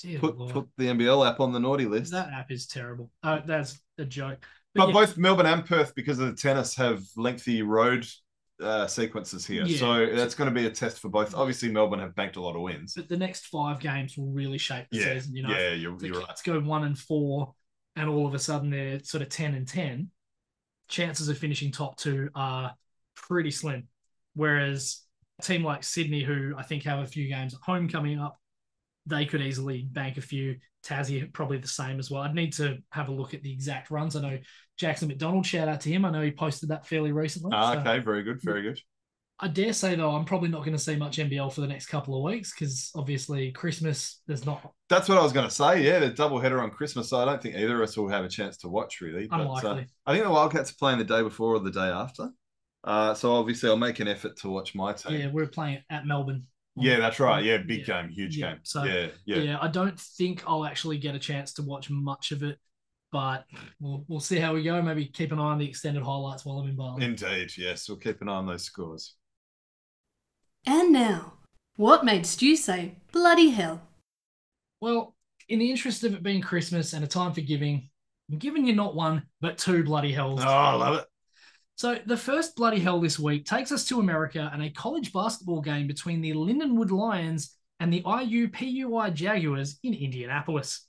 Dear
Put
Lord.
put the NBL app on the naughty list.
that app is terrible. Uh, that's a joke.
but
yeah,
both Melbourne and Perth, because of the tennis, have lengthy road uh, sequences here.
Yeah.
So that's going to be a test for both. Obviously, Melbourne have banked a lot of wins.
but the next five games will really shape the
Yeah.
season. You know,
yeah, you're,
if the
you're right.
Cats go one and four, and all of a sudden they're sort of ten and ten. Chances of finishing top two are pretty slim. Whereas a team like Sydney, who I think have a few games at home coming up, they could easily bank a few. Tassie probably the same as well. I'd need to have a look at the exact runs. I know Jackson McDonald, shout out to him. I know he posted that fairly recently.
Ah,
so-
okay, very good, very good.
I dare say though, I'm probably not going to see much NBL for the next couple of weeks because obviously Christmas there's not
That's what I was going to say. Yeah, the double header on Christmas. So I don't think either of us will have a chance to watch really. But, uh,
unlikely.
I think the Wildcats are playing the day before or the day after. Uh, so obviously, I'll make an effort to watch my team.
yeah, we're playing it at Melbourne.
Yeah, that's right. Yeah, big
Yeah.
game, huge
Yeah.
game.
So,
yeah,
yeah.
yeah,
I don't think I'll actually get a chance to watch much of it, but we'll we'll see how we go. Maybe keep an eye on the extended highlights while I'm in Bali.
Indeed, yes. We'll keep an eye on those scores.
And now, what made Stu say bloody hell?
Well, in the interest of it being Christmas and a time for giving, I'm giving you not one but two bloody
Oh,
hells.
I love it.
So the first bloody hell this week takes us to America and a college basketball game between the Lindenwood Lions and the IUPUI Jaguars in Indianapolis.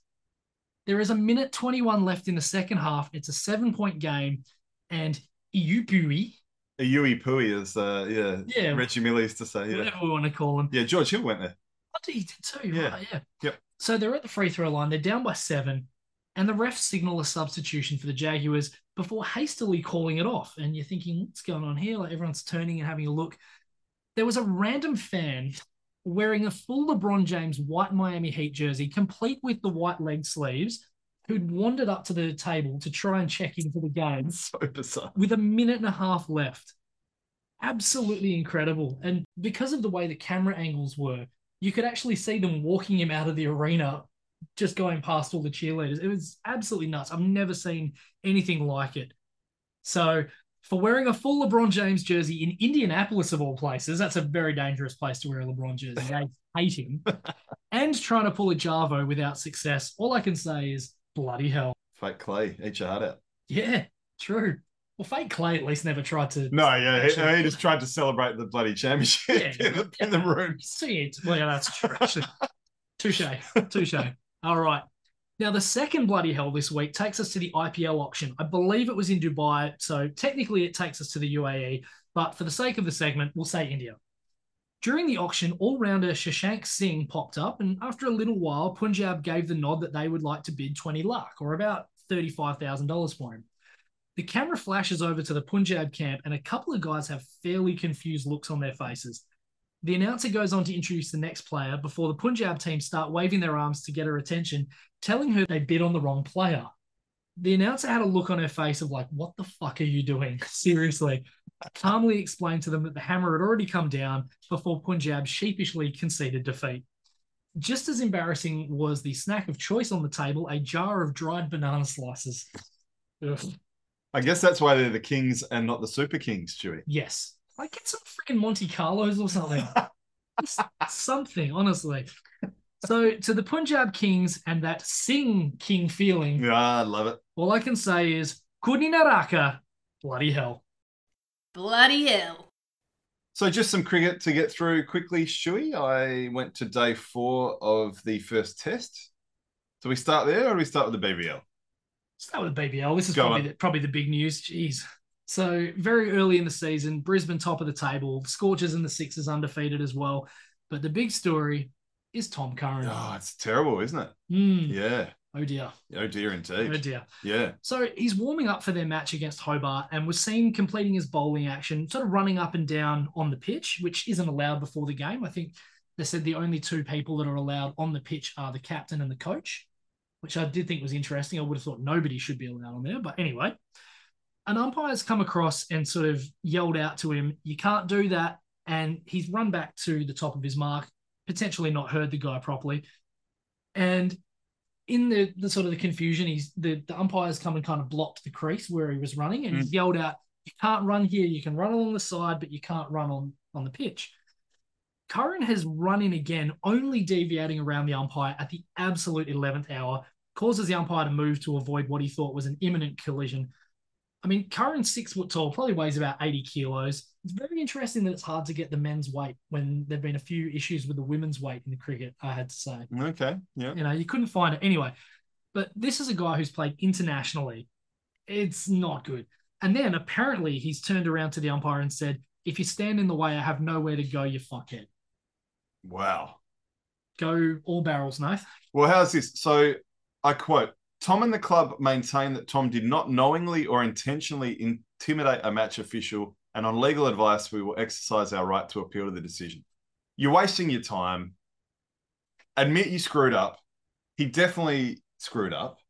There is a minute 21 left in the second half. It's a seven-point game, and IUPUI,
A Yui Pui is, uh, yeah,
Yeah.
Reggie Miller used to say, yeah.
whatever we want to call them,
Yeah, George Hill went there.
I think he did too.
Yeah.
Yeah. Right, yeah.
Yep.
So they're at the free throw line. They're down by seven, and the refs signal a substitution for the Jaguars before hastily calling it off. And you're thinking, what's going on here? Like everyone's turning and having a look. There was a random fan wearing a full LeBron James white Miami Heat jersey, complete with the white leg sleeves, who'd wandered up to the table to try and check in for the game
So bizarre.
with a minute and a half left. Absolutely incredible. And because of the way the camera angles were, you could actually see them walking him out of the arena, just going past all the cheerleaders. It was absolutely nuts. I've never seen anything like it. So for wearing a full LeBron James jersey in Indianapolis, of all places. That's a very dangerous place to wear a LeBron jersey. I hate him. and trying to pull a Jarvo without success. All I can say is bloody hell.
Fake Clay, eat your heart out.
Yeah, true. Well, fake Clay at least never tried to.
No, yeah, he,
Actually-
he just tried to celebrate the bloody championship
Yeah.
in, the, in the room.
See it. Well, yeah, that's true. Actually, touche, touche. All right. Now, the second bloody hell this week takes us to the IPL auction. I believe it was in Dubai, so technically it takes us to the UAE, but for the sake of the segment, we'll say India. During the auction, all-rounder Shashank Singh popped up, and after a little while, Punjab gave the nod that they would like to bid 20 lakh, or about $35,000 for him. The camera flashes over to the Punjab camp, and a couple of guys have fairly confused looks on their faces. The announcer goes on to introduce the next player before the Punjab team start waving their arms to get her attention, telling her they bid on the wrong player. The announcer had a look on her face of like, what the fuck are you doing? Seriously. Calmly explained to them that the hammer had already come down before Punjab sheepishly conceded defeat. Just as embarrassing was the snack of choice on the table, a jar of dried banana slices. Ugh.
I guess that's why they're the kings and not the super kings, Chewy.
Yes. Like get some freaking Monte Carlos or something. Just something, honestly. So to the Punjab Kings and that Sing King feeling,
Yeah, Ah, I love it.
all I can say is Kudni Naraka, bloody hell.
Bloody hell.
So just some cricket to get through quickly, Shui. I went to day four of the first test. Do we start there or do we start with the BBL?
Start with BBL. This is
Go
probably
on.
the, probably the big news. Jeez. So very early in the season, Brisbane top of the table, Scorchers and the Sixers undefeated as well. But the big story is Tom Curran.
Oh, it's terrible, isn't it?
Mm.
Yeah.
Oh dear.
Oh dear
Oh
indeed.
dear.
Yeah.
So he's warming up for their match against Hobart and was seen completing his bowling action, sort of running up and down on the pitch, which isn't allowed before the game. I think they said the only two people that are allowed on the pitch are the captain and the coach, which I did think was interesting. I would have thought nobody should be allowed on there. But anyway, an umpire's come across and sort of yelled out to him, You can't do that. And he's run back to the top of his mark, potentially not heard the guy properly. And in the, the sort of the confusion, he's the, the umpire's come and kind of blocked the crease where he was running and he yelled out, You can't run here. You can run along the side, but you can't run on, on the pitch. Curran has run in again, only deviating around the umpire at the absolute 11th hour, causes the umpire to move to avoid what he thought was an imminent collision. I mean, Curran's six foot tall, probably weighs about 80 kilos. It's very interesting that it's hard to get the men's weight when there have been a few issues with the women's weight in the cricket, I had to say.
Okay. Yeah.
You know, you couldn't find it anyway. But this is a guy who's played internationally. It's not good. And then apparently he's turned around to the umpire and said, if you stand in the way, I have nowhere to go, you fuckhead.
Wow.
Go all barrels, no.
Well, how's this? So I quote Tom and the club maintain that Tom did not knowingly or intentionally intimidate a match official, and on legal advice, we will exercise our right to appeal to the decision. You're wasting your time. Admit you screwed up. He definitely screwed up.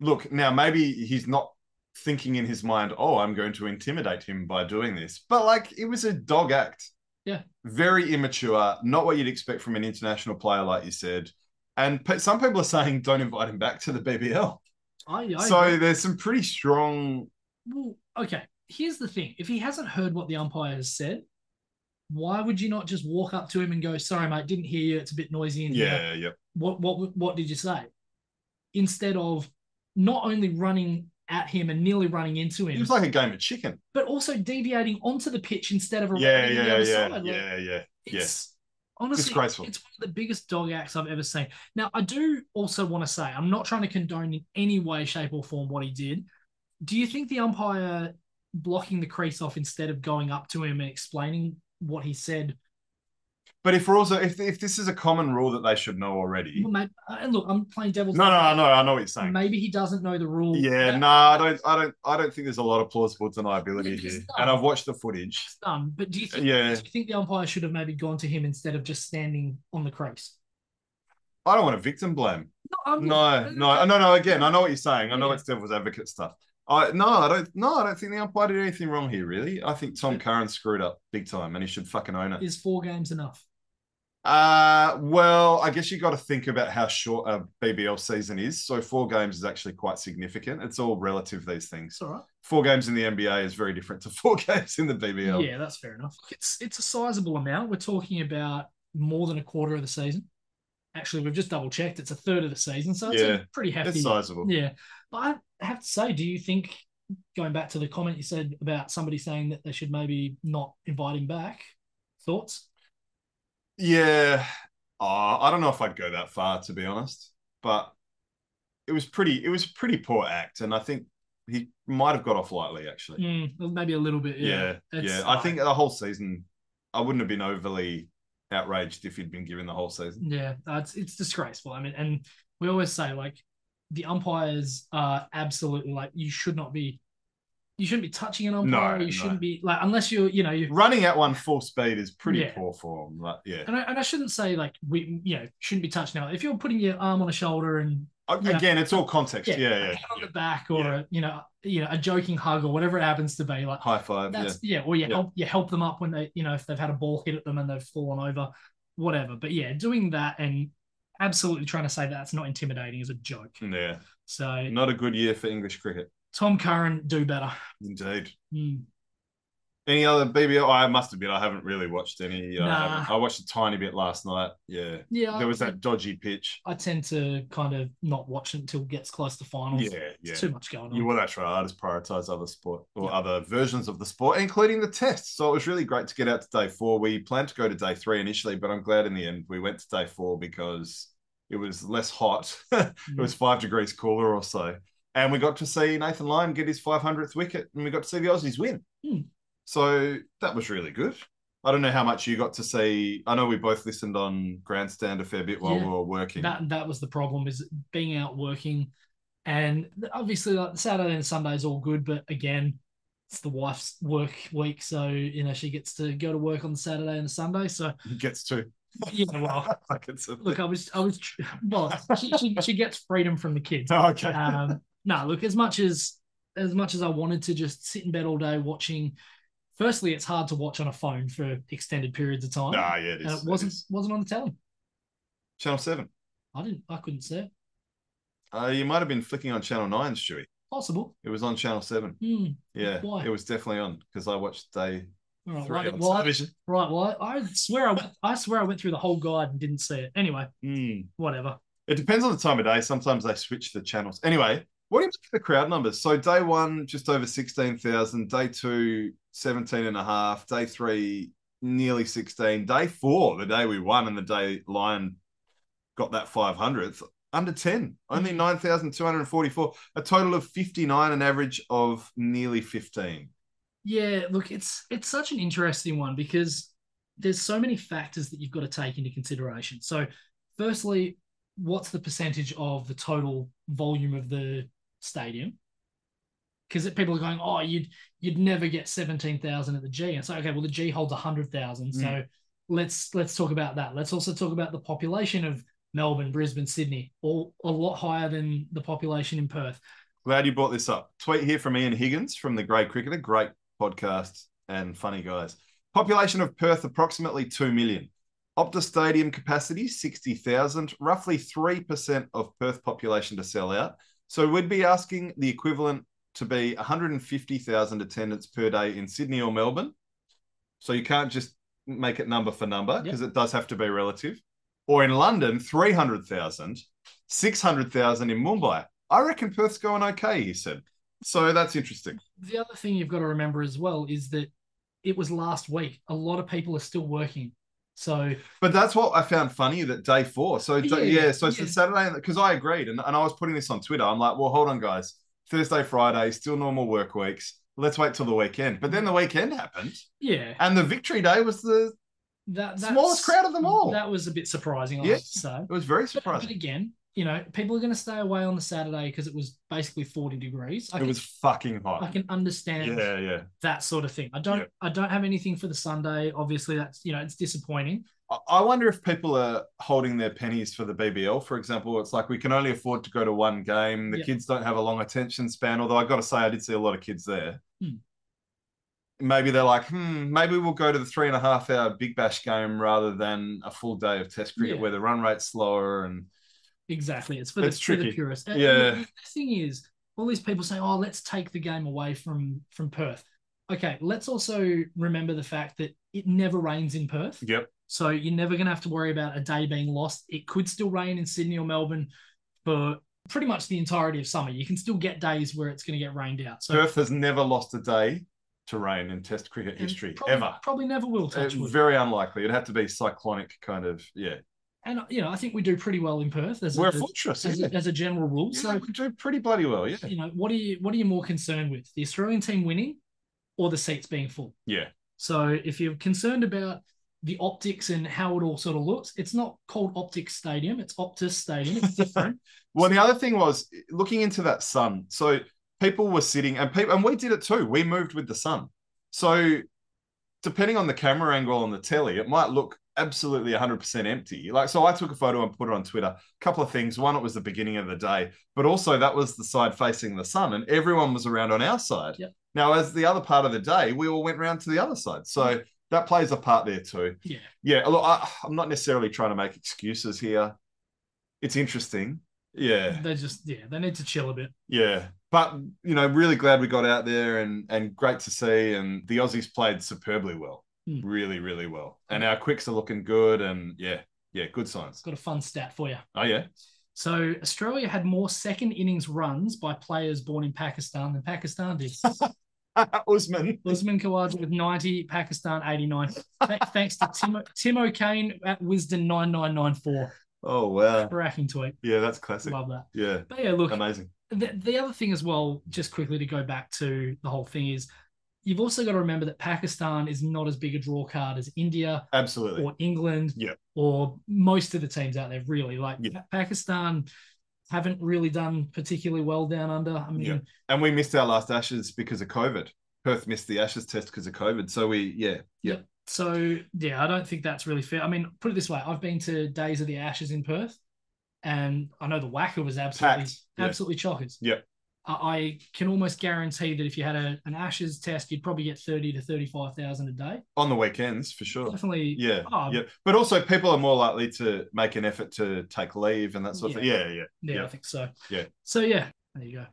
Look, now maybe he's not thinking in his mind, oh, I'm going to intimidate him by doing this. But like it was a dog act.
Yeah.
Very immature, not what you'd expect from an international player, like you said. And pe- some people are saying don't invite him back to the BBL.
I, I
so there's some pretty strong.
Well, okay. Here's the thing: if he hasn't heard what the umpire has said, why would you not just walk up to him and go, "Sorry, mate, didn't hear you. It's a bit noisy in here.
Yeah, yep.
What what what did you say?" Instead of not only running at him and nearly running into
It
him,
was like a game of chicken.
but also deviating onto the pitch instead of around
Yeah,
the
yeah,
other
yeah,
side. Like,
yeah, yeah.
it's
Yes.
honestly
Disgraceful.
It's one of the biggest dog acts I've ever seen. Now, I do also want to say I'm not trying to condone in any way, shape, or form what he did. Do you think the umpire blocking the crease off instead of going up to him and explaining what he said?
But if we're also if if this is a common rule that they should know already.
Well, mate, and look, I'm playing devil's.
No, no, I know, I know what you're saying.
Maybe he doesn't know the rule.
Yeah,
That's
no, I don't, I don't, I don't think there's a lot of plausible deniability
It's
here.
not.
And I've watched the footage.
Done, but do you think?
Yeah.
Do you think the umpire should have maybe gone to him instead of just standing on the crease?
I don't want to victim blame.
No, I'm
No, no, no, no. Again, I know what you're saying. I know
Yeah.
it's devil's advocate stuff. I no, I don't, no, I don't think the umpire did anything wrong here. Really, I think Tom Curran screwed up big time, and he should fucking own it.
Is four games enough?
Uh, well, I guess you got to think about how short a BBL season is. So four games is actually quite significant. It's all relative these things.
It's all right.
Four games in the NBA is very different to four games in the BBL.
Yeah, that's fair enough. It's it's a sizable amount. We're talking about more than a quarter of the season. Actually, we've just double checked. It's a third of the season, so it's
Yeah.
a pretty hefty.
it's sizable.
Yeah, but I have to say, do you think going back to the comment you said about somebody saying that they should maybe not invite him back? Thoughts?
Yeah. Uh, I don't know if I'd go that far to be honest, but it was pretty it was a pretty poor act and I think he might have got off lightly actually.
Mm, maybe a little bit.
Yeah.
Yeah,
Yeah.
It's
I
like-
think the whole season I wouldn't have been overly outraged if he'd been given the whole season.
Yeah, that's it's disgraceful. I mean, and we always say like the umpires are absolutely like you should not be, you shouldn't be touching an umpire.
No,
you
no.
shouldn't be like unless you're you know you.
Running at one full speed is pretty
Yeah.
poor form. Like, yeah.
And I, and I shouldn't say like we you know shouldn't be touched now. If you're putting your arm on a shoulder and
A-
Yeah.
Uh, Again, it's all context. Yeah,
yeah,
yeah.
a
yeah.
pat on the back or a, you know you know a joking hug or whatever it happens to be like
High five. Yeah.
that's yeah, or you
Yeah.
help you help them up when they you know if they've had a ball hit at them and they've fallen over, whatever. But yeah, doing that and absolutely trying to say that that's not intimidating is a joke.
Yeah.
So
Not a good year for English cricket.
Tom Curran do better.
Indeed.
Mm.
Any other BBL? I Oh, must admit, I haven't really watched any. uh, I,
Nah.
haven't. I watched a tiny bit last night. Yeah.
Yeah,
There was
I,
that dodgy pitch.
I tend to kind of not watch it until it gets close Um, to finals.
Yeah. Yeah.
It's too much going on.
You want to try. I just prioritize other sport or
Mm. Yeah.
other versions of the sport, including the test. So it was really great to get out to day four. We planned to go to day three initially, but I'm glad in the end we went to day four because it was less hot. it was
Mm.
five degrees cooler or so. And we got to see Nathan Lyon get his 500th wicket and we got to see the Aussies win.
Hmm.
So that was really good. I don't know how much you got to see. I know we both listened on Grandstand a fair bit while
Yeah.
we were working.
that that was the problem is being out working, and obviously like Saturday and Sunday is all good, but again, it's the wife's work week, so you know she gets to go to work on Saturday and Sunday. So
gets to.
yeah, well,
like it's a-
look, I was I was tr- well, she, she she gets freedom from the kids.
okay.
um, no, look, as much as as much as I wanted to just sit in bed all day watching, firstly, it's hard to watch on a phone for extended periods of time.
Nah, yeah, it
and
is.
it wasn't
is.
wasn't on the telly.
Channel 7.
I didn't. I couldn't see it.
Uh, you might have been flicking on Channel 9, Stewie.
Possible.
It was on Channel 7.
Hmm.
Yeah.
Why?
It was definitely on because I watched day
All right.
three
Right.
on
Well, I,
television.
right. Well, I, I swear I went, I swear I went through the whole guide and didn't see it. Anyway,
Hmm.
Mm. whatever.
It depends on the time of day. Sometimes they switch the channels. Anyway, what do you think of the crowd numbers? So day one, just over 16,000. Day two, 17 and a half. Day three, nearly 16. Day four, the day we won and the day Lion got that 500th, under 10. Only 9,244. A total of 59, an average of nearly 15.
Yeah. Look, it's it's such an interesting one because there's so many factors that you've got to take into consideration. So, firstly, what's the percentage of the total volume of the stadium? Because people are going, oh, you'd you'd never get seventeen thousand at the G, and so okay, well the G holds hundred thousand, so let's let's talk about that. Let's also talk about the population of Melbourne, Brisbane, Sydney, all a lot higher than the population in Perth.
Glad you brought this up. Tweet here from Ian Higgins from the Great Cricketer. Great podcast and funny guys. Population of Perth approximately 2 million. Optus Stadium capacity 60,000, roughly 3% of Perth population to sell out. So we'd be asking the equivalent to be 150,000 attendants per day in Sydney or Melbourne. So you can't just make it number for number
Yep.
because it does have to be relative. Or in London, 300,000, 600,000 in Mumbai. I reckon Perth's going okay, he said. So that's interesting.
The other thing you've got to remember as well is that it was last week. A lot of people are still working, so
But that's what I found funny that day four. So,
Yeah,
yeah, so it's
yeah.
the Saturday, because I agreed. And, and I was putting this on Twitter. I'm like, well, hold on, guys. Thursday, Friday, still normal work weeks. Let's wait till the weekend. But then the weekend happened,
yeah,
and the victory day was the.
that that's-
Smallest crowd of them all.
That was a bit surprising. I
Yeah.
have to say.
It was very
But, but
surprising.
again, you know, people are going to stay away on the Saturday because it was basically forty degrees. I
it
can,
was fucking
I
hot.
can understand.
Yeah, yeah.
that sort of thing. I don't
Yeah.
I don't have anything for the Sunday. Obviously, that's you know it's disappointing.
I- I wonder if people are holding their pennies for the BBL. For example, it's like we can only afford to go to one game. The
Yeah.
kids don't have a long attention span, although I got to say, I did see a lot of kids there.
Hmm.
maybe they're like, hmm, maybe we'll go to the three and a half hour Big Bash game rather than a full day of Test cricket
Yeah.
where the run rate's slower and
Exactly. It's for the,
It's
for the
tricky.
purists. And-
Yeah.
and the thing is, all these people say, "Oh, let's take the game away from from Perth." Okay, let's also remember the fact that it never rains in Perth,
yep,
so you're never going to have to worry about a day being lost. It could still rain in Sydney or Melbourne for pretty much the entirety of summer. You can still get days where it's going to get rained out. So
Perth has never lost a day to rain in Test cricket
and
history
probably,
ever.
probably never will touch
It's
wood.
very unlikely. It'd have to be cyclonic kind of yeah.
and you know, I think we do pretty well in Perth as
We're a
a,
fortress,
as,
isn't
a,
it?
as a general rule.
Yeah,
So
we do pretty bloody well, yeah.
you know, what are you what are you more concerned with? The Australian team winning or the seats being full?
Yeah.
So if you're concerned about the optics and how it all sort of looks, it's not called Optics Stadium, it's Optus Stadium. It's different.
Well, the other thing was looking into that sun. So people were sitting, and people, and we did it too. We moved with the sun. So depending on the camera angle on the telly, it might look absolutely 100% empty. Like, so I took a photo and put it on Twitter. A couple of things. One, it was the beginning of the day, but also that was the side facing the sun, and everyone was around on our side.
Yep.
Now, as the other part of the day, we all went round to the other side. So that plays a part there too.
yeah.
Yeah, look, I, I'm not necessarily trying to make excuses here. It's interesting. Yeah,
They just yeah, they need to chill a bit.
yeah. But you know, really glad we got out there and and great to see. And the Aussies played superbly well,
Hmm.
really, really well. And our quicks are looking good. And yeah, yeah, good signs.
It's got a fun stat for you.
Oh yeah,
So Australia had more second innings runs by players born in Pakistan than Pakistan did.
Usman.
Usman Khawaja with 90, Pakistan 89. Th- Thanks to Tim, Tim O'Kane at Wisden 9994.
Oh wow,
Cracking tweet.
yeah, that's classic.
Love that.
Yeah,
But yeah, look,
amazing.
the, the other thing as well, just quickly to go back to the whole thing is you've also got to remember that Pakistan is not as big a draw card as India
Absolutely.
or England
Yeah.
or most of the teams out there, really. Like
Yeah.
Pa- Pakistan haven't really done particularly well down under. I mean,
Yeah. And we missed our last Ashes because of COVID. Perth missed the Ashes test because of COVID. So we, yeah, yeah.
So yeah, I don't think that's really fair. I mean, put it this way: I've been to Days of the Ashes in Perth, and I know the Wacker was absolutely
Packed, yeah.
absolutely chockers.
Yep.
I, I can almost guarantee that if you had a, an Ashes test, you'd probably get thirty to thirty-five thousand a day.
On the weekends for sure.
Definitely.
Yeah,
Oh,
yeah. But also, people are more likely to make an effort to take leave and that sort of thing. Yeah, yeah.
Yeah, I
Yeah.
think so.
Yeah.
So yeah, there you go.